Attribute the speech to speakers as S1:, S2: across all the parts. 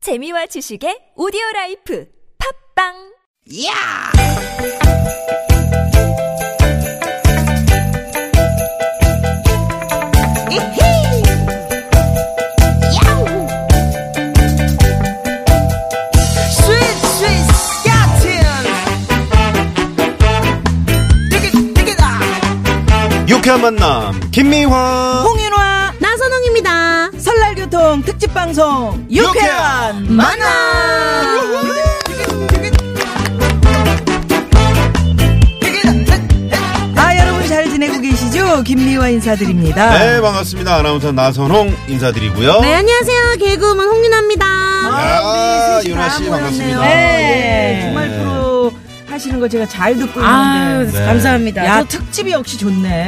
S1: 재미와 지식의 오디오 라이프 팝빵!
S2: 야! 이히! 야우! 스윗, 스윗, 야틴! 되게, 되게다!
S3: 유쾌한 만남 김미화
S2: 홍윤화!
S4: 나선홍입니다.
S2: 설날 교통 특집 방송 유쾌한 만남. 아 여러분 잘 지내고 계시죠? 김미화 인사드립니다.
S3: 네 반갑습니다 아나운서 나선홍 인사드리고요
S4: 네, 안녕하세요. 개그우먼 홍윤아입니다.
S3: 야
S2: 우리 네, 셋이
S3: 윤아 씨
S2: 다
S3: 반갑습니다
S2: 네.
S4: 네.
S2: 정말
S3: 네.
S2: 프로 하시는 거 제가 잘 듣고
S4: 아유,
S2: 있는데.
S3: 네.
S4: 감사합니다.
S2: 야
S4: 저-
S2: 특집이 역시 좋네.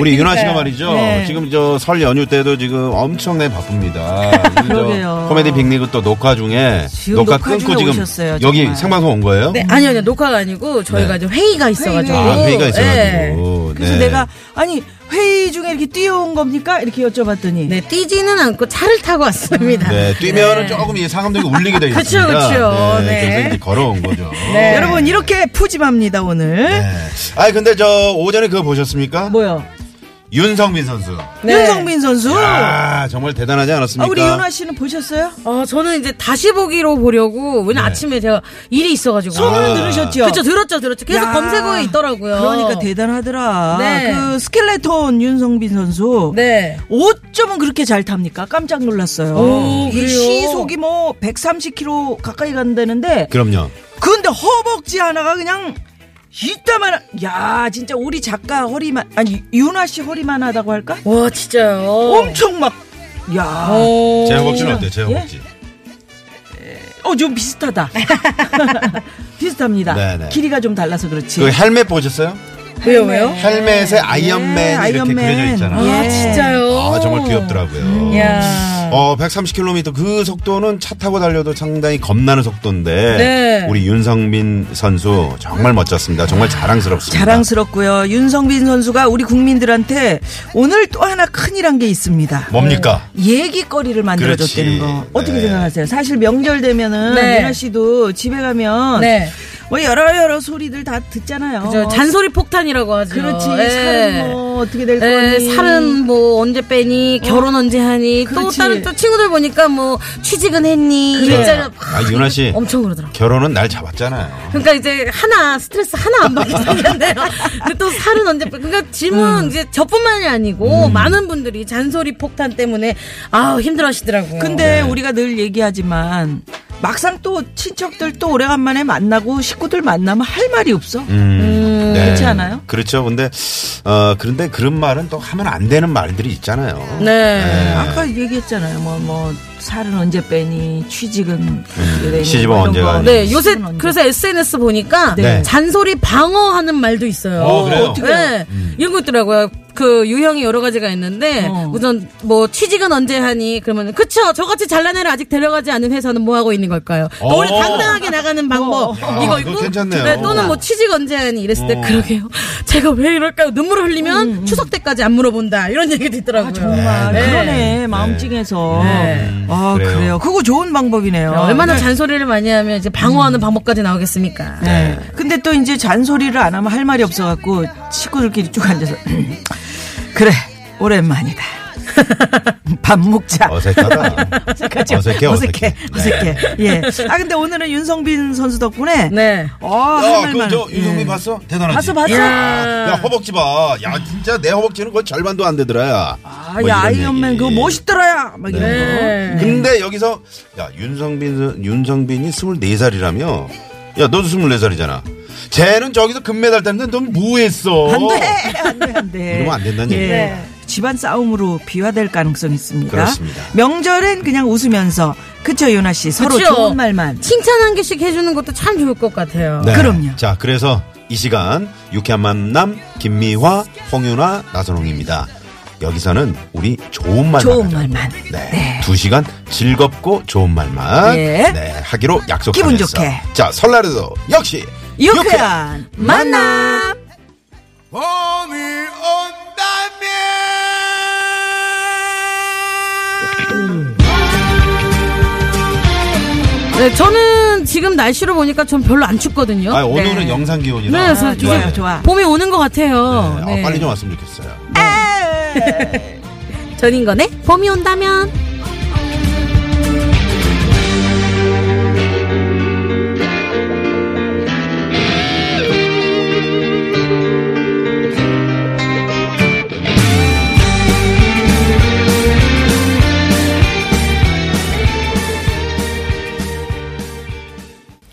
S3: 우리 윤아 씨가 말이죠
S2: 네.
S3: 지금 저 설 연휴 때도 지금 엄청나게 바쁩니다 지금 저
S2: 그러게요.
S3: 코미디 빅리그 또 녹화 중에
S2: 지금
S3: 녹화
S2: 녹화
S3: 끊고
S2: 중에
S3: 지금
S2: 오셨어요,
S3: 여기
S2: 정말.
S3: 생방송 온 거예요
S4: 네, 아니요, 아니요. 녹화가 아니고
S3: 네.
S4: 저희가 이제 회의가 있어가지고.
S3: 아 회의가
S4: 네.
S3: 있어가지고
S2: 그래서
S3: 네.
S2: 내가 아니 회의 중에 이렇게 뛰어온 겁니까? 이렇게 여쭤봤더니
S4: 네, 뛰지는 않고 차를 타고 왔습니다.
S2: 아,
S3: 네, 뛰면은 조금 이 상암동이 울리게 되어
S4: 그쵸,
S3: 있습니다
S4: 그쵸.
S3: 네,
S4: 네.
S3: 그래서 이제 걸어온 거죠
S4: 네.
S2: 여러분 이렇게 푸짐합니다 오늘.
S3: 네. 아니 근데 저 오전에 그거 보셨습니까
S2: 뭐요?
S3: 윤성민 선수
S4: 네.
S2: 윤성민 선수.
S3: 아 정말 대단하지
S2: 아,
S3: 않았습니까
S2: 우리 윤아 씨는 보셨어요?
S4: 어, 저는 이제 다시 보기로 보려고, 왜냐 면 아침에 제가 일이 있어가지고.
S2: 네. 소문은
S3: 아.
S2: 들으셨죠?
S4: 그쵸, 들었죠, 들었죠. 계속
S2: 야.
S4: 검색어에 있더라고요.
S2: 그러니까 대단하더라.
S4: 네.
S2: 그 스켈레톤 윤성빈 선수.
S4: 네.
S2: 어쩌면 그렇게 잘 탑니까? 깜짝 놀랐어요.
S4: 오,
S2: 이
S4: 그래요?
S2: 시속이 뭐 130km 가까이 간다는데
S3: 그럼요
S2: 근데 허벅지 하나가 그냥 이따만 야 진짜 우리 작가 허리만 아니 윤아 씨 허리만 하다고 할까?
S4: 와, 진짜요.
S2: 엄청 막 야
S4: 어.
S3: 제 허벅지는 어때요? 제 허벅지.
S2: 어 좀 비슷하다. 비슷합니다.
S3: 네네.
S2: 길이가 좀 달라서 그렇지.
S3: 그 헬멧 보셨어요?
S4: 왜요, 왜요?
S3: 헬멧에 아이언맨
S2: 네,
S3: 이렇게
S2: 아이언맨.
S3: 그려져 있잖아요.
S2: 예.
S4: 예. 아, 진짜요?
S3: 아, 정말 귀엽더라고요.
S2: 네.
S4: 야.
S3: 어, 130km 그 속도는 차 타고 달려도 상당히 겁나는 속도인데
S4: 네.
S3: 우리 윤성민 선수 정말 멋졌습니다. 정말 자랑스럽습니다.
S2: 자랑스럽고요. 윤성빈 선수가 우리 국민들한테 오늘 또 하나 큰일한 게 있습니다.
S3: 뭡니까?
S2: 얘기거리를 만들어줬다는
S3: 뭐? 그렇지.
S2: 거 어떻게
S3: 네.
S2: 생각하세요? 사실 명절 되면은
S4: 네.
S2: 윤아 씨도 집에 가면
S4: 네.
S2: 뭐 여러 여러 소리들 다 듣잖아요.
S4: 저 잔소리 폭탄이라고 하죠.
S2: 어. 그렇지
S4: 예.
S2: 살은 뭐 어떻게 될
S4: 예,
S2: 거니? 어.
S4: 살은 뭐 언제 빼니 결혼 언제 하니
S2: 그렇지.
S4: 또 다른 또 친구들 보니까 뭐 취직은 했니 일자리
S3: 아, 윤아
S2: 예.
S3: 씨.
S4: 네. 엄청 그러더라고.
S3: 결혼은 날 잡았잖아요.
S4: 그러니까 이제 하나 스트레스 하나 안 받게 생겼네요. 근데 또 살은 언제 빼? 그러니까
S2: 음.
S4: 질문 이제 저뿐만이 아니고 많은 분들이 잔소리 폭탄 때문에 아 힘들어하시더라고요.
S3: 네.
S2: 근데 우리가 늘 얘기하지만 막상 또 친척들 또 오래간만에 만나고 식구들 만나면 할 말이 없어.
S3: 음,
S2: 그렇지 않아요?
S3: 그렇죠. 근데 어 그런데 그런 말은 또 하면 안 되는 말들이 있잖아요.
S4: 네.
S2: 아까 얘기했잖아요. 뭐 뭐 살은 언제 빼니 취직은 어떻게 되니?
S3: 음. 시집은
S2: 이런
S3: 언제
S2: 거.
S3: 가니?
S4: 네, 요새
S2: 언제?
S4: 그래서 SNS 보니까
S3: 네.
S4: 잔소리 방어하는 말도 있어요.
S3: 어, 그래요? 음.
S4: 어떻게 네, 이런 거 있더라고요. 그 유형이 여러 가지가 있는데
S2: 어.
S4: 우선 뭐 취직은 언제 하니 그러면 그쵸 저같이 잘난 애를 아직 데려가지 않은 회사는 뭐 하고 있는 걸까요?
S3: 어.
S4: 원래 당당하게 나가는 방법
S3: 야,
S4: 이거
S3: 아, 그거
S4: 있고
S3: 괜찮네요. 어.
S4: 네, 또는 뭐 취직 언제 하니 이랬을 때 그러게요. 제가 왜 이럴까요? 눈물을 흘리면
S3: 음,
S4: 추석 때까지 안 물어본다 이런 얘기도 있더라고요.
S2: 아, 정말
S3: 네.
S2: 그러네 마음찡해서
S4: 네.
S2: 아
S3: 그래요.
S2: 그래요. 그거 좋은 방법이네요.
S3: 아,
S4: 얼마나 잔소리를 많이 하면 이제 방어하는
S3: 음.
S4: 방법까지 나오겠습니까?
S2: 네. 근데 또 이제 잔소리를 안 하면 할 말이 없어갖고 친구들끼리 쭉 앉아서 그래 오랜만이다. 밥 먹자.
S3: 어색하다.
S2: 어색하죠?
S3: 어색해, 어색해.
S2: 어색해. 어색해.
S3: 네.
S2: 예. 아 근데 오늘은 윤성빈 선수 덕분에
S4: 네.
S2: 어, 할
S3: 야,
S2: 말만. 예.
S3: 그저 유성민 봤어? 대단하지.
S2: 봤어, 봤어.
S3: 야, 야, 허벅지 봐. 야, 진짜 내 허벅지는 거의 절반도 안 되더라. 뭐
S2: 아, 야, 아이언맨 그거 멋있더라야. 막 이런
S3: 어?
S4: 네.
S3: 근데 여기서 야, 윤성빈 윤성빈이 24살이라며. 야, 너도 24살이잖아. 쟤는 저기서 금메달 땄는데 넌 뭐했어?
S2: 거. 안 돼. 안 돼. 안 돼.
S3: 이러면 안 된다는
S2: 예.
S3: 얘기예요.
S2: 집안 싸움으로 비화될 가능성이 있습니다.
S3: 그렇습니다.
S2: 명절엔 그냥 웃으면서 그쵸 윤아 씨 서로
S4: 그쵸?
S2: 좋은 말만.
S4: 칭찬 한 개씩 해주는 것도 참 좋을 것 같아요.
S3: 네.
S2: 그럼요.
S3: 자, 그래서 이 시간 유쾌한 만남 김미화, 홍윤아, 나선홍입니다. 여기서는 우리 좋은 말만
S2: 좋은
S3: 하자고.
S2: 말만.
S3: 네. 두 시간 즐겁고 좋은 말만
S2: 예.
S3: 네, 하기로 약속했어.
S2: 기분 좋게.
S3: 자, 설날에도 역시
S2: 유쾌한 만남.
S3: 봄이 온다면
S4: 네, 저는 지금 날씨로 보니까 전 별로 안 춥거든요.
S3: 아 오늘은
S2: 네.
S3: 영상 기온이라.
S4: 네, 그래서
S2: 좋아요,
S3: 네.
S2: 좋아.
S4: 봄이 오는 것 같아요.
S3: 네,
S4: 네.
S3: 아, 빨리 좀 왔으면 좋겠어요.
S4: 전인 거네. 봄이 온다면.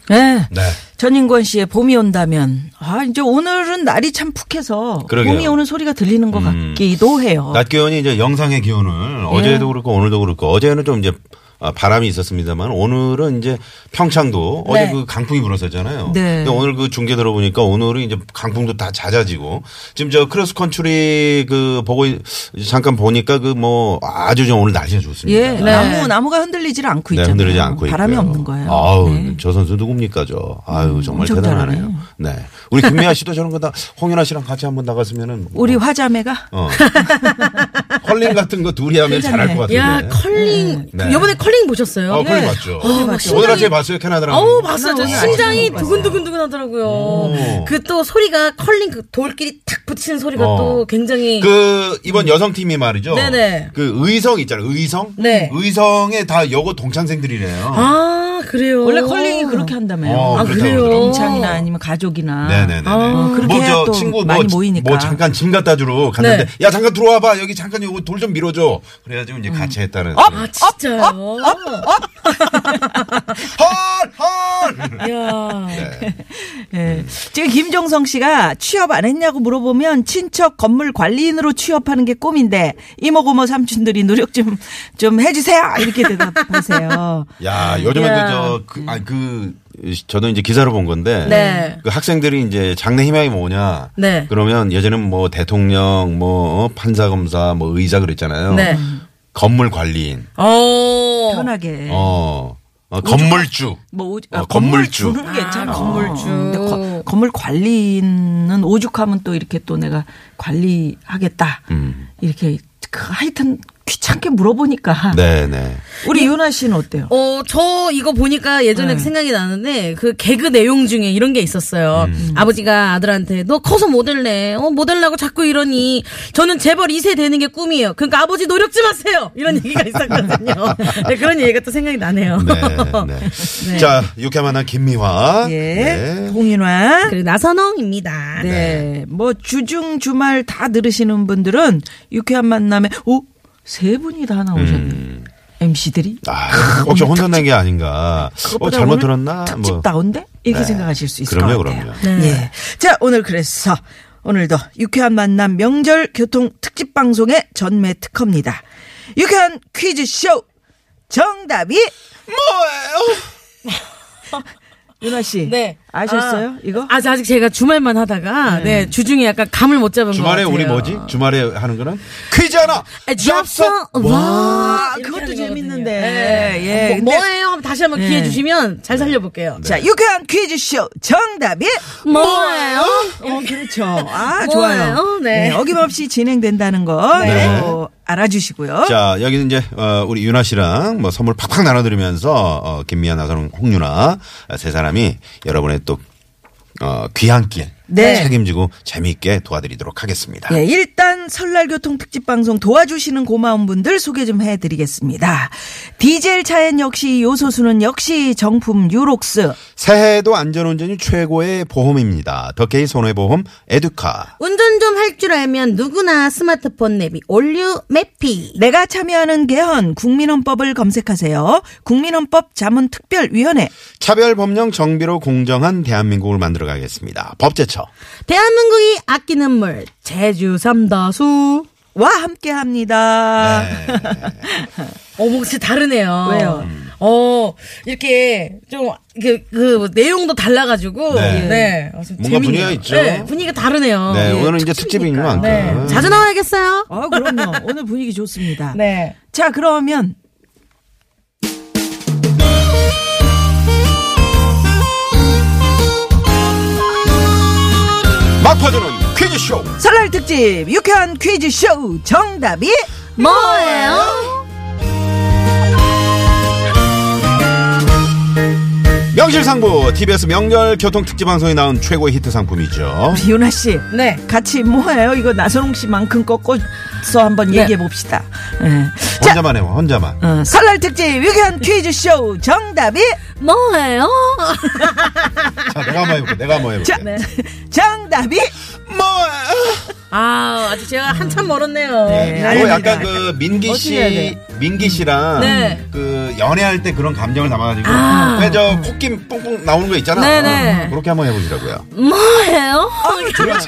S2: 네.
S3: 네.
S2: 전인권 씨의 봄이 온다면 아 이제 오늘은 날이 참 푹해서
S3: 그러게요.
S2: 봄이 오는 소리가 들리는 것
S3: 음.
S2: 같기도 해요.
S3: 낮 기온이 이제 영상의
S2: 예.
S3: 기온을 어제도 그렇고 오늘도 그렇고 어제는 좀 이제 아, 바람이 있었습니다만 오늘은 이제 평창도 어제
S4: 네.
S3: 그 강풍이 불었었잖아요.
S2: 네.
S3: 근데 오늘 그 중계 들어보니까 오늘은 이제 강풍도 다 잦아지고 지금 저 크로스 컨트리 그 보고 있- 잠깐 보니까 그 뭐 아주 좀 오늘 날씨가 좋습니다.
S2: 예,
S3: 네,
S2: 나무 나무가 흔들리질 않고 있잖아요.
S3: 흔들리지 않고 있고요.
S2: 바람이 없는 거예요.
S3: 아우, 그렇죠.
S2: 네. 음,
S3: 저 선수 누굽니까 저. 아유, 정말
S2: 엄청
S3: 대단하네요.
S2: 잘하네요.
S3: 네. 우리 김미아 씨도 저런 거 다 홍연아 씨랑 같이 한번 나갔으면은
S2: 우리
S3: 뭐,
S2: 화자매가
S3: 어. 컬링 같은 거 둘이 하면 잘할 것 같은데.
S4: 야, 컬링.
S3: 아, 네.
S4: 그 요번에 컬링 보셨어요?
S3: 어, 그래
S2: 네.
S3: 맞죠.
S4: 어, 막
S3: 오늘
S4: 심장이-
S3: 아침에 봤어요 캐나다랑.
S4: 어우, 봤어요. 저
S2: 오늘 아침에
S4: 심장이
S2: 못 봤어요.
S4: 두근두근두근 하더라고요. 그 또 소리가 컬링 그 돌끼리 탁 붙이는 소리가
S3: 어.
S4: 또 굉장히.
S3: 그 이번 여성 팀이 말이죠.
S4: 네네.
S3: 그 의성 있잖아요. 의성.
S4: 네.
S3: 의성에 다 여고 동창생들이래요.
S4: 아, 그래요.
S2: 원래 컬링이 그렇게 한다며요.
S3: 어,
S4: 아,
S3: 그렇다고
S4: 그래요?
S3: 그러더라고요.
S2: 동창이나 아니면 가족이나
S3: 네네네네.
S2: 어, 그렇게
S3: 뭐
S2: 해야
S3: 저
S2: 또
S3: 친구 뭐,
S2: 많이
S3: 지-
S2: 모이니까.
S3: 뭐 잠깐 짐 갖다 주러 갔는데
S4: 네.
S3: 야 잠깐 들어와 봐 여기 잠깐 요거 돌 좀 밀어줘 그래가지고 이제 같이 했다는
S4: 아, 진짜요?
S2: 어?
S3: 네. 헐헐
S2: 어?
S4: 야.
S2: 예. 지금 김종성 씨가 취업 안 했냐고 물어보면 친척 건물 관리인으로 취업하는 게 꿈인데 이모고모 삼촌들이 노력 좀 좀 해주세요 이렇게 대답하세요.
S3: 어. 야 요즘에
S4: 야.
S3: 그저그 아니 그 저도 이제 기사로 본 건데
S4: 네.
S3: 그 학생들이 이제 장래 희망이 뭐냐
S4: 네.
S3: 그러면 예전에는 뭐 대통령 뭐 판사 검사 뭐 의사 그랬잖아요
S4: 네.
S3: 건물 관리인
S4: 어.
S2: 편하게
S3: 어, 어, 건물주
S2: 뭐 오죽-
S3: 어, 건물주.
S2: 건물주는 괜찮아.
S4: 아, 건물주.
S2: 근데 거- 건물 관리는 오죽하면 또 이렇게 또 내가 관리하겠다
S3: 음.
S2: 이렇게 그 하여튼 귀찮게 물어보니까
S3: 네네
S2: 우리 유나 씨는 어때요?
S4: 어, 저 이거 보니까 예전에
S2: 네.
S4: 생각이 나는데 그 개그 내용 중에 이런 게 있었어요. 아버지가 아들한테 너 커서 모델래. 어, 모델라고 자꾸 이러니 저는 재벌 2세 되는 게 꿈이에요. 그러니까 아버지 노력 좀 하세요. 이런 얘기가 있었거든요. 네, 그런 얘기가 또 생각이 나네요.
S3: 네, 네. 자, 육회 만난 김미화.
S2: 예.
S3: 네.
S2: 홍인화.
S4: 그리고 나선홍입니다.
S2: 네. 뭐 주중 주말 다 들으시는 분들은 유쾌한 만남에 오세 분이 다 나오셨네.
S3: 음.
S2: MC들이
S3: 아, 혹시 혼자 낸 게 아닌가. 어,
S2: 그것보다
S3: 잘못
S2: 오늘
S3: 들었나? 네.
S2: 특집 다운데 이렇게 생각하실 수 있을
S3: 그럼요,
S2: 것 같아요.
S3: 그럼요.
S4: 네.
S2: 예. 자 오늘 그래서 오늘도 유쾌한 만남 명절 교통 특집 방송의 전매 특허입니다. 유쾌한 퀴즈 쇼 정답이
S3: 뭐예요?
S2: 윤아 씨
S4: 네.
S2: 아셨어요
S4: 아,
S2: 이거?
S4: 아직, 아직 제가 주말만 하다가, 네, 주중에 약간 감을 못 잡은
S3: 주말에
S4: 것 같아요.
S3: 우리 뭐지? 주말에 하는 거는 퀴즈 하나.
S4: 아, 잡서 와.
S2: 아,
S4: 이렇게
S2: 그것도
S4: 하는
S2: 재밌는데.
S4: 거거든요. 예.
S2: 예.
S4: 뭐,
S2: 근데-
S4: 예요 한번 다시 한번 기회 주시면 잘 살려볼게요.
S2: 자 유쾌한 퀴즈 쇼 정답이
S4: 뭐예요?
S2: 어, 그렇죠. 아,
S4: 뭐예요?
S2: 좋아요.
S4: 네.
S2: 네, 어김없이 진행된다는 거
S3: 네.
S2: 어, 알아주시고요.
S3: 자, 여기는 이제, 어, 우리 윤아 씨랑 뭐 선물 팍팍 나눠드리면서, 어, 김미아 나선홍 홍윤아 어, 세 사람이 여러분의 또, 어, 귀향길.
S2: 네.
S3: 책임지고 재미있게 도와드리도록 하겠습니다.
S4: 아.
S2: 예, 일단 설날 교통 특집 방송 도와주시는 고마운 분들 소개 좀 해드리겠습니다. 디젤 차엔 역시 요소수는 역시 정품 유록스.
S3: 새해에도 안전운전이 최고의 보험입니다. 더케이 손해보험 에듀카.
S4: 운전 좀 할 줄 알면 누구나 스마트폰 내비 올류 매피.
S2: 내가 참여하는 개헌 국민헌법을 검색하세요. 국민헌법 자문특별위원회.
S3: 차별법령 정비로 공정한 대한민국을 만들어 가겠습니다. 법제처.
S4: 대한민국이 아끼는 물 제주 삼다수.
S2: 와 함께 합니다.
S4: 네. 어, 혹시 다르네요.
S2: 왜요?
S4: 어, 이렇게 좀, 그, 그 내용도 달라가지고.
S3: 네.
S4: 네.
S3: 뭔가 분위기가
S4: 재밌네요.
S3: 있죠?
S4: 네, 분위기가 다르네요.
S3: 네,
S4: 예,
S3: 오늘은 이제
S4: 특집이니까.
S3: 특집이니까.
S4: 네. 자주 나와야겠어요.
S2: 어, 그럼요. 오늘 분위기 좋습니다.
S4: 네.
S2: 자, 그러면
S3: 막 퍼주는 퀴즈쇼.
S2: 설날 특집 유쾌한 퀴즈쇼 정답이
S4: 뭐예요?
S3: 명실 상부 TBS 명절 교통 특집 방송에 나온 최고의 히트 상품이죠.
S2: 유나 씨.
S4: 네.
S2: 같이 뭐예요? 이거 나선홍 씨만큼 꺾어서 한번
S4: 네.
S2: 얘기해 봅시다. 예. 자,
S3: 혼자만 해요, 혼자만.
S2: 어, 설날 특집 유쾌한 퀴즈 쇼 정답이
S4: 뭐예요?
S3: 자, 내가 한번 해볼게. 내가 한번 해볼게.
S2: 자,
S4: 네.
S2: 정답이
S3: 뭐?
S4: 아, 아직 제가 한참 멀었네요.
S3: 뭐
S2: 아닙니다.
S3: 약간 그 민기
S2: 어떻게 해야
S3: 씨, 민기 씨랑
S4: 네.
S3: 그 연애할 때 그런 감정을 담아가지고
S4: 아.
S3: 왜 저 콧김 뽕뽕 나오는 거 있잖아. 어,
S4: 네네.
S3: 그렇게 한번 해보시라고요.
S4: 뭐예요?
S2: 어, 좋아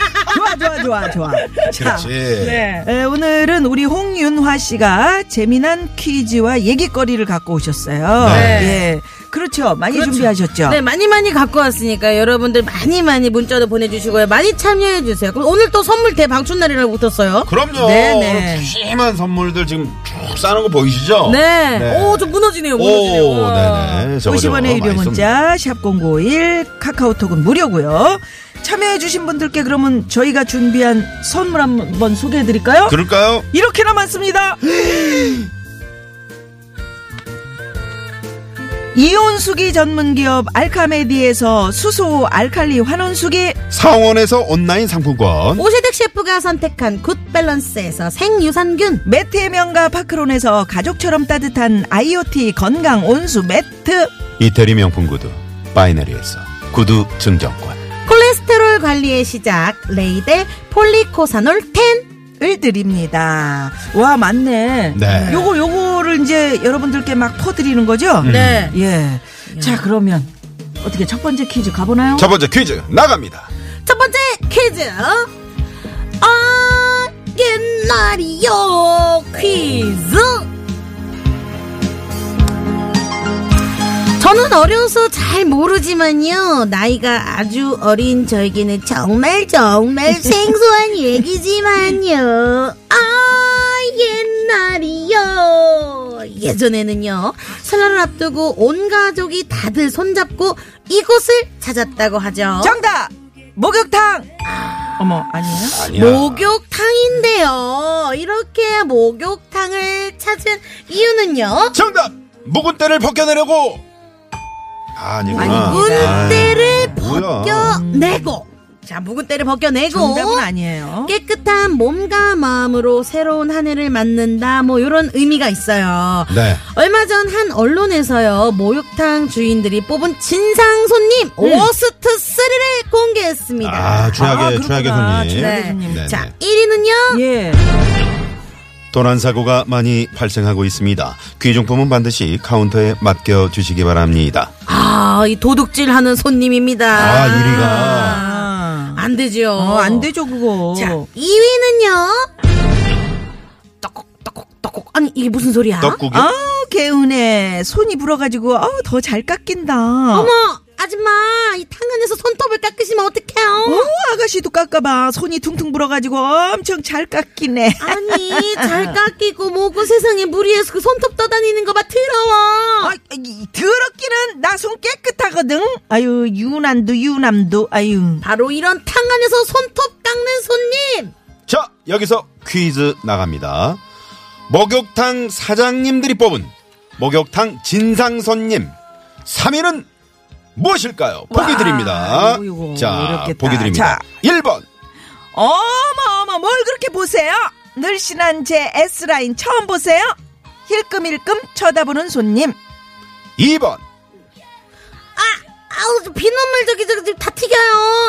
S2: 좋아 좋아 좋아. 자,
S3: 그렇지.
S4: 네.
S2: 에, 오늘은 우리 홍윤화 씨가 재미난 퀴즈와 얘기거리를 갖고 오셨어요.
S4: 네.
S2: 예. 그렇죠. 많이
S4: 그렇죠.
S2: 준비하셨죠?
S4: 네, 많이 많이 갖고 왔으니까 여러분들 많이 많이 문자도 보내주시고요. 많이 참여해주세요. 그럼 오늘 또 선물 대방출날이라고 붙었어요.
S3: 그럼요.
S4: 네네.
S3: 오늘 푸짐한 선물들 지금 쭉 싸는 거 보이시죠?
S4: 네.
S3: 네.
S4: 오, 좀 무너지네요, 무너지네요.
S3: 오, 네네. 저거 저거
S2: 50원의 유료
S3: 많이 쏩니다.
S2: 문자 샵 051 카카오톡은 무료고요. 참여해 주신 분들께 그러면 저희가 준비한 선물 한번 소개해 드릴까요?
S3: 그럴까요?
S2: 이렇게나 많습니다. 이온수기 전문 기업 알카메디에서 수소 알칼리 환원수기
S3: 사원에서 온라인 상품권.
S4: 오세득 셰프가 선택한 굿밸런스에서 생유산균
S2: 매트의 명가 파크론에서 가족처럼 따뜻한 IoT 건강 온수 매트
S3: 이태리 명품 구두. 바이너리에서 구두 증정권.
S4: 콜레스테롤 관리의 시작 레이델 폴리코사놀 10
S2: 을 드립니다. 와 맞네.
S3: 네.
S2: 요거 요거를 이제 여러분들께 막 퍼드리는 거죠?
S4: 네.
S2: 예. 자 그러면 어떻게 첫 번째 퀴즈 가보나요?
S3: 첫 번째 퀴즈 나갑니다.
S4: 첫 번째 퀴즈 아 옛날이요 퀴즈 저는 어려서 잘 모르지만요 나이가 아주 어린 저에게는 정말 정말 생소한 얘기지만요 아 옛날이요 예전에는요 설날을 앞두고 온 가족이 다들 손잡고 이곳을 찾았다고 하죠
S2: 정답 목욕탕. 어머 아니에요?
S3: 아니야.
S2: 뭐,
S4: 목욕탕인데요. 이렇게 목욕탕을 찾은 이유는요.
S3: 정답! 묵은 때를 벗겨내려고! 아, 아니구나.
S4: 묵은때를
S3: 아이, 뭐야.
S4: 벗겨내고. 자, 묵은때를 벗겨내고.
S2: 정답은 아니에요.
S4: 깨끗한 몸과 마음으로 새로운 한 해를 맞는다. 뭐 이런 의미가 있어요.
S3: 네.
S4: 얼마 전 한 언론에서요 목욕탕 주인들이 뽑은 진상 손님 워스트 3를 공개했습니다.
S3: 음. 아, 최악의,
S2: 아,
S3: 최악의
S2: 그렇구나.
S3: 손님.
S2: 최악의
S4: 네.
S2: 손님.
S3: 네,
S4: 자,
S3: 네.
S4: 1위는요.
S2: 예.
S3: 도난사고가 많이 발생하고 있습니다. 귀중품은 반드시 카운터에 맡겨주시기 바랍니다.
S2: 어?
S4: 아, 이 도둑질 하는 손님입니다.
S3: 아, 1위가.
S2: 아.
S4: 안 되지요.
S2: 어, 안 되죠 그거.
S4: 자, 2위는요. 떡국, 떡국, 떡국. 아니, 이게 무슨 소리야?
S3: 떡국이.
S2: 아 개운해. 손이 불어가지고 더 잘 깎인다.
S4: 어머, 아줌마, 이 탕 안에서 손톱을 깎으시면
S2: 오,
S4: 어떡해요?
S2: 아가씨도 깎아봐. 손이 퉁퉁 불어가지고 엄청 잘 깎이네.
S4: 어. 아니, 잘 깎이고 뭐고 세상에 무리해서 그 손톱 떠다니는 거 봐, 더러워.
S2: 아, 이, 더럽기는 나 손 깨끗하거든. 아유, 유난도 유남도 아유.
S4: 바로 이런 탕 안에서 손톱 깎는 손님.
S3: 자, 여기서 퀴즈 나갑니다. 목욕탕 사장님들이 뽑은 목욕탕 진상 손님 3위는 무엇일까요? 보기
S2: 와,
S3: 드립니다.
S2: 이거, 이거
S3: 자,
S2: 어렵겠다.
S3: 보기 드립니다.
S2: 자.
S3: 1번.
S2: 어머 어머 뭘 그렇게 보세요? 늘씬한 제 S 라인 처음 보세요? 힐끔힐끔 쳐다보는 손님.
S3: 2번.
S4: 아우, 저 비눗물 저기, 저기, 저기 다 튀겨요.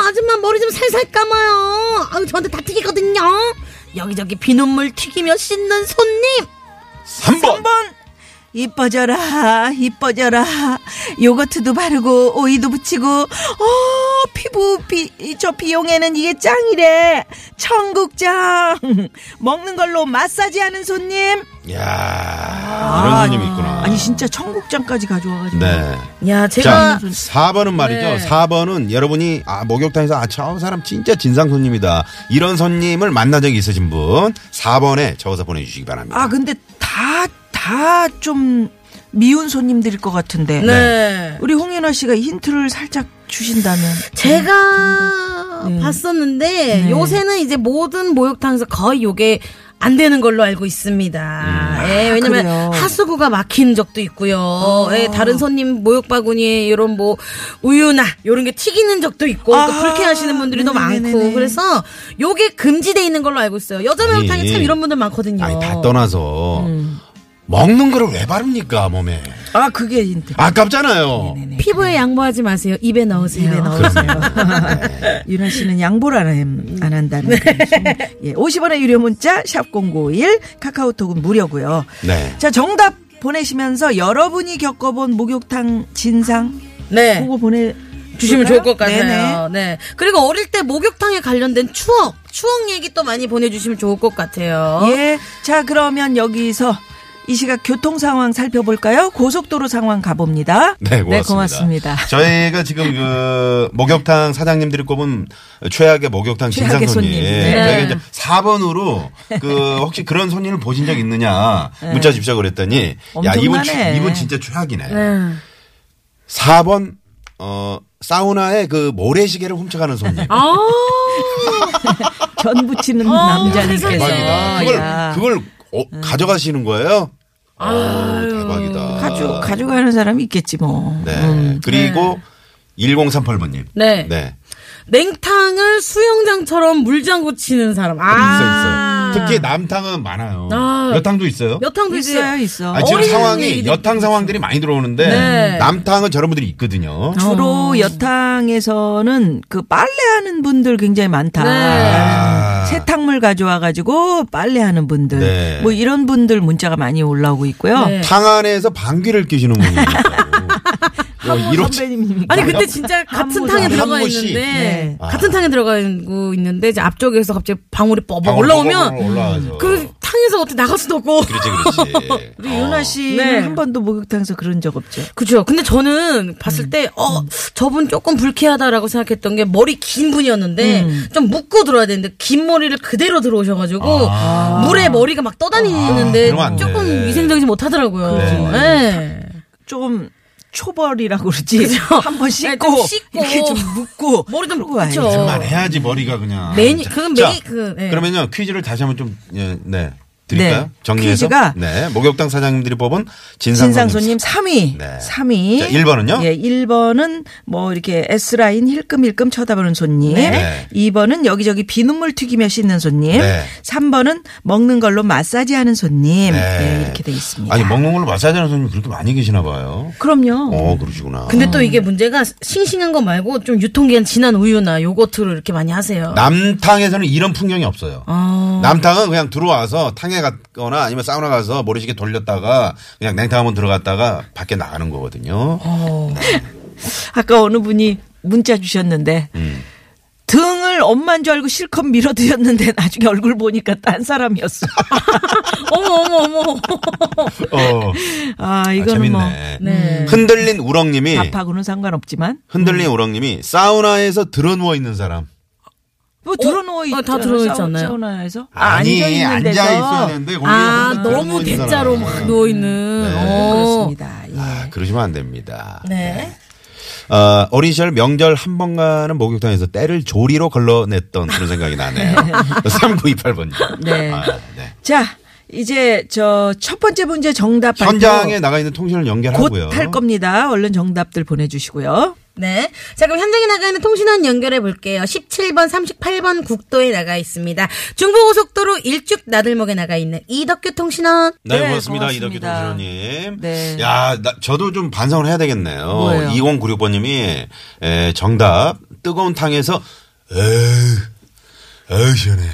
S4: 아줌마 머리 좀 살살 감아요. 아우, 저한테 다 튀기거든요. 여기저기 비눗물 튀기며 씻는 손님.
S3: 3번.
S2: 3번 이뻐져라 이뻐져라 요거트도 바르고 오이도 붙이고 어 피부 비, 저 비용에는 이게 짱이래 청국장 먹는 걸로 마사지하는 손님
S3: 야 이런 손님이 있구나.
S2: 아니 진짜 청국장까지 가져와가지고
S3: 네.
S4: 야,
S3: 자,
S4: 제가
S3: 4번은 말이죠.
S4: 네.
S3: 4번은 여러분이 아, 목욕탕에서 아, 저 사람 진짜 진상 손님이다. 이런 손님을 만난 적이 있으신 분 4번에 적어서 보내 주시기 바랍니다.
S2: 아 근데 다 다 좀 미운 손님들일 것 같은데
S4: 네.
S2: 우리 홍윤아 씨가 힌트를 살짝 주신다면 음. 네.
S4: 제가 봤었는데 요새는 이제 모든 목욕탕에서 거의 요게 안 되는 걸로 알고 있습니다. 예, 왜냐면
S2: 음. 아, 그래요. 어.
S4: 하수구가 막힌 적도 있고요. 예, 다른 손님 모욕 바구니에 이런 뭐 우유나 이런 게 튀기는 적도 있고 또
S2: 아하.
S4: 불쾌하시는 분들이 더
S2: 네네네네.
S4: 많고 그래서 요게 금지돼 있는 걸로 알고 있어요. 여자
S2: 예,
S4: 목욕탕에
S3: 아니,
S4: 참 이런 분들 많거든요.
S3: 아니 다 떠나서 먹는 거를 왜 바릅니까 몸에?
S2: 아 그게 인데.
S3: 아깝잖아요.
S4: 피부에 양보하지 마세요. 입에 넣으세요.
S2: 입에 넣으세요. 유나 씨는 양보를 안, 함- 안 한다는.
S4: 네.
S2: 그런 좀- 예, 50원의 유료 문자 샵 #051 카카오톡은 무료고요.
S3: 네.
S2: 자 정답 보내시면서 여러분이 겪어본 목욕탕 진상
S4: 네.
S2: 그거 보내
S4: 주시면 좋을 것
S2: 볼까요?
S4: 같아요. 네. 그리고 어릴 때 목욕탕에 관련된 추억, 추억 얘기 또 많이 보내주시면 좋을 것 같아요.
S2: 네네. 예. 자 그러면 여기서 이 시각 교통 상황 살펴볼까요? 고속도로 상황 가봅니다.
S3: 네, 고맙습니다.
S2: 고맙습니다.
S3: 저희가 지금 그 목욕탕 사장님들이 꼽은 최악의 목욕탕 진상
S2: 최악의
S3: 손님.
S2: 손님.
S4: 네.
S3: 저희가 이제 4번으로 그 혹시 그런 손님을 보신 적 있느냐 문자 주십시오 그랬더니 야 이분
S2: 네. 엄청나네.
S3: 최- 이분 진짜 최악이네.
S4: 네.
S3: 4번 어 사우나에 그 모래시계를 훔쳐가는 손님.
S4: 아,
S2: 전 붙이는
S4: 어,
S2: 남자님께서.
S3: 대박이다. 그걸
S2: 네. 야. 음.
S3: 그걸 어, 가져가시는 거예요? 아 대박이다.
S2: 가져 가져가는 사람이 있겠지 뭐.
S3: 네. 그리고 1038번님.
S4: 네.
S3: 네.
S4: 냉탕을 수영장처럼 물장구 치는 사람. 아,
S3: 있어 있어. 특히 남탕은 많아요.
S4: 아.
S3: 여탕도 있어요.
S4: 여탕도
S2: 있어요,
S4: 있어요.
S2: 있어.
S3: 아, 지금
S4: 어린이
S3: 상황이
S4: 얘기도
S3: 여탕 상황들이 많이 들어오는데
S4: 네. 아,
S3: 남탕은 저런 분들이 있거든요.
S2: 주로
S4: 어.
S2: 여탕에서는 그 빨래하는 분들 굉장히 많다.
S4: 네.
S3: 아.
S2: 세탁물 가져와가지고 빨래하는 분들,
S3: 네.
S2: 뭐 이런 분들 문자가 많이 올라오고 있고요.
S4: 네.
S3: 탕 안에서 방귀를 뀌시는 분이 있어요. 이렇게
S2: 선배님이니까.
S4: 아니 근데 진짜 같은
S2: 한모
S4: 탕에
S2: 씨.
S4: 들어가
S3: 한모 아. 씨.
S4: 있는데
S2: 네.
S4: 같은 탕에 들어가고 있는데 이제 앞쪽에서 갑자기 방울이 뻐벅
S3: 방울
S4: 올라오면
S3: 뻐벅 올라와서.
S4: 그 탕에서 어떻게 나갈 수도 없고
S3: 그렇지 어. 그렇지.
S2: 우리 유나 씨는
S4: 네.
S2: 한 번도 목욕탕에서 그런 적 없죠.
S4: 그죠. 근데 저는 봤을 때, 어, 저분 조금 불쾌하다라고 생각했던 게 머리 긴 분이었는데, 좀 묶고 들어야 되는데, 긴 머리를 그대로 들어오셔가지고, 물에 머리가 막 떠다니는데,
S3: 그러면 안 돼.
S4: 조금 위생적이지 못하더라고요. 네.
S2: 조금 초벌이라고 그러지. 한 번
S4: 네,
S2: 씻고,
S4: 좀 씻고.
S2: 이렇게 좀 묻고
S4: 머리 좀
S2: 그러고 와야죠.
S4: 그쵸.
S3: 그만 해야지 머리가 그냥.
S4: 매니-
S3: 자,
S4: 그건
S3: 자,
S4: 메이크, 네.
S3: 그러면요 퀴즈를 다시 한번 좀 예, 네. 드릴까요?
S2: 네.
S3: 정리해서.
S2: 퀴즈가
S3: 네. 목욕탕 사장님들이 뽑은 진상,
S2: 진상
S3: 손님.
S2: 손님 3위.
S3: 네.
S2: 3위.
S3: 자, 일 번은요?
S2: 예, 1번은 뭐 이렇게 S라인 힐끔힐끔 쳐다보는 손님.
S3: 네.
S2: 2번은 여기저기 비눗물 튀기며 씻는 손님.
S3: 네.
S2: 3번은 먹는 걸로 마사지 하는
S3: 네.
S2: 손님. 네, 이렇게 돼 있습니다.
S3: 아니 먹는 걸로 마사지하는 손님 그렇게 많이 계시나 봐요.
S2: 그럼요.
S3: 어 그러시구나.
S4: 근데 또 이게 문제가 싱싱한 거 말고, 좀 유통기한 지난 우유나 요거트를 이렇게 많이 하세요.
S3: 아. 남탕에서는 이런 풍경이 없어요. 남탕은 그냥 들어와서 탕에 갔거나 아니면 사우나 가서 모래시계 돌렸다가 그냥 냉탕 한번 들어갔다가 밖에 나가는 거거든요.
S2: 아까 어느 분이 문자 주셨는데
S3: 음.
S2: 등을 엄마인 줄 알고 실컷 밀어드렸는데 나중에 얼굴 보니까 딴 사람이었어.
S4: 어머, 어머, 어머.
S3: 어.
S2: 아,
S3: 아,
S2: 이거는
S3: 재밌네.
S2: 뭐 아,
S3: 흔들린 우렁님이
S2: 밥하고는 상관없지만
S3: 흔들린 우렁님이 사우나에서 들어 누워 있는 사람.
S2: 뭐 들어 누워 있
S4: 어, 다 들어 있잖아요.
S2: 사우나에서
S3: 앉아 있어야 되는데 음. 거기서 네.
S4: 아,
S3: 혼자 들어
S4: 너무
S3: 누워 있는
S4: 대자로
S3: 사람.
S4: 막 누워있는. 어.
S2: 그렇습니다. 예.
S3: 아, 그러시면 안 됩니다.
S4: 네.
S3: 어, 어린 시절 명절 한 번 가는 목욕탕에서 때를 조리로 걸러냈던 그런 생각이 나네요. 3928번님.
S2: 네.
S3: 아, 네.
S2: 자, 이제 저 첫 번째 문제 정답 발표
S3: 현장에 나가 있는 통신을 연결하고요.
S2: 뭐
S3: 뭐
S2: 곧할 겁니다. 얼른 정답들 보내주시고요.
S4: 네. 자, 그럼 현장에 나가 있는 통신원 연결해 볼게요. 17번, 38번 국도에 나가 있습니다. 중부고속도로 일죽 나들목에 나가 있는 이덕규 통신원.
S3: 네,
S2: 네,
S3: 고맙습니다.
S2: 고맙습니다.
S3: 이덕기 동신호님.
S2: 네.
S3: 야, 나- 저도 좀 반성을 해야 되겠네요.
S2: 뭐예요?
S3: 2096번님이 에, 정답 뜨거운 탕에서 에휴, 에휴 시원해.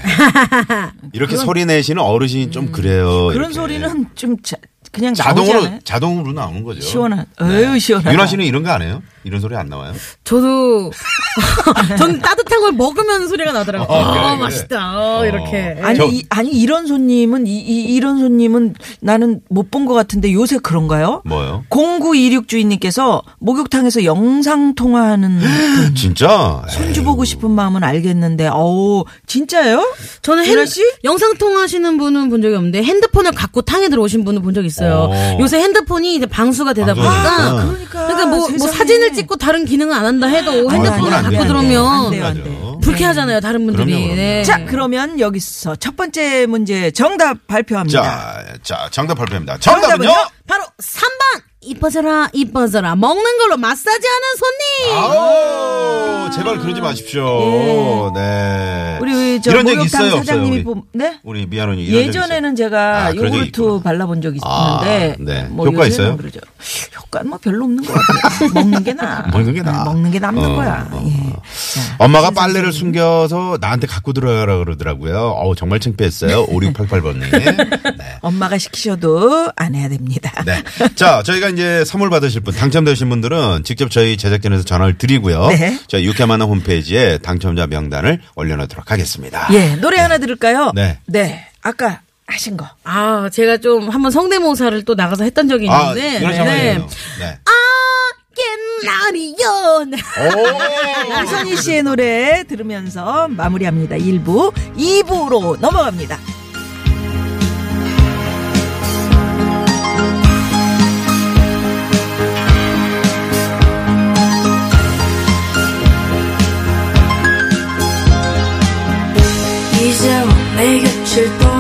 S3: 이렇게 소리 내시는 어르신이 좀 그래요.
S2: 음, 그런
S3: 이렇게.
S2: 소리는 좀 자, 그냥
S3: 자동으로
S2: 나오잖아요.
S3: 자동으로 나오는 거죠.
S2: 시원한. 에휴, 시원하다.
S3: 윤아 씨는 이런 거 안 해요? 이런 소리 안 나와요?
S4: 저도, 전 따뜻한 걸 먹으면 소리가 나더라고요.
S3: 어, 그래, 어.
S4: 아,
S3: 그래.
S4: 맛있다. 이렇게.
S2: 아니,
S3: 저-
S2: 이, 아니 이런 손님은 이, 이, 런 손님은 나는 못 본 것 같은데 요새 그런가요?
S3: 뭐요?
S2: 0926 주인님께서 목욕탕에서 영상 통화하는
S3: 진짜?
S2: 손주 보고 싶은 마음은 알겠는데 어우 진짜예요?
S4: 저는
S2: 유라
S4: 핸,
S2: 씨?
S4: 영상통화하시는 분은 본 적이 없는데 핸드폰을 갖고 탕에 들어오신 분은 본 적이 있어요. 있어요.
S3: 어.
S4: 요새 핸드폰이 이제 방수가 되다
S3: 방수가
S4: 보니까
S3: 되니까.
S2: 그러니까.
S4: 그러니까 뭐, 뭐
S2: 세상에.
S4: 사진을 찍고 다른 기능은 안 한다 해도 핸드폰을
S3: 아, 그건 안 돼요.
S2: 안
S4: 갖고
S2: 돼요,
S4: 들어오면
S2: 안
S3: 맞아.
S2: 돼요.
S4: 불쾌하잖아요 다른 분들이.
S3: 그럼요, 그럼요.
S4: 네.
S2: 자, 그러면 여기서 첫 번째 문제 정답 발표합니다.
S3: 자, 자, 정답 발표합니다. 정답은요?
S4: 바로 3번 이뻐져라 이뻐져라 먹는 걸로 마사지하는 손님.
S3: 아우, 제발 그러지 마십시오. 네.
S2: 네. 우리 저
S3: 이런 적
S2: 목욕탕
S3: 있어요,
S2: 사장님이
S3: 없어요? 우리,
S2: 보- 네?
S3: 우리 미아노님 이런 적 있어요?
S2: 예전에는 제가
S3: 아, 그런 적이
S2: 요구르트
S3: 있구나.
S2: 발라본 적이
S3: 아,
S2: 있었는데 뭐
S3: 네. 효과
S2: 요새는
S3: 있어요?
S2: 그러죠. 효과는 뭐 별로 없는 것 같아요. 먹는 게 나.
S3: 먹는 게 나아.
S2: 먹는 게 남는
S3: 어,
S2: 거야.
S3: 어,
S2: 예.
S3: 어.
S2: 자,
S3: 엄마가 빨래를 숨겨서 나한테 갖고 들어라 그러더라고요. 어우, 정말 창피했어요. 5688번님. 네.
S2: 엄마가 시키셔도 안 해야 됩니다.
S3: 네. 자, 저희가 이제 선물 받으실 분, 당첨되신 분들은 직접 저희 제작진에서 전화를 드리고요.
S2: 네.
S3: 저희 유쾌한 만남 홈페이지에 당첨자 명단을 올려놓도록 하겠습니다.
S2: 예, 노래 하나 들을까요?
S3: 네.
S2: 아까 하신 거.
S4: 아 제가 좀 한번 성대모사를 또 나가서 했던 적이
S3: 아,
S4: 있는데.
S3: 이런 상황이네요. 네.
S4: 깻날이요. 네.
S3: 오!
S2: 네, 이선희 씨의 노래 들으면서 마무리합니다. 1부, 2부로 넘어갑니다.
S5: 이제 뭐 와내 곁을 떠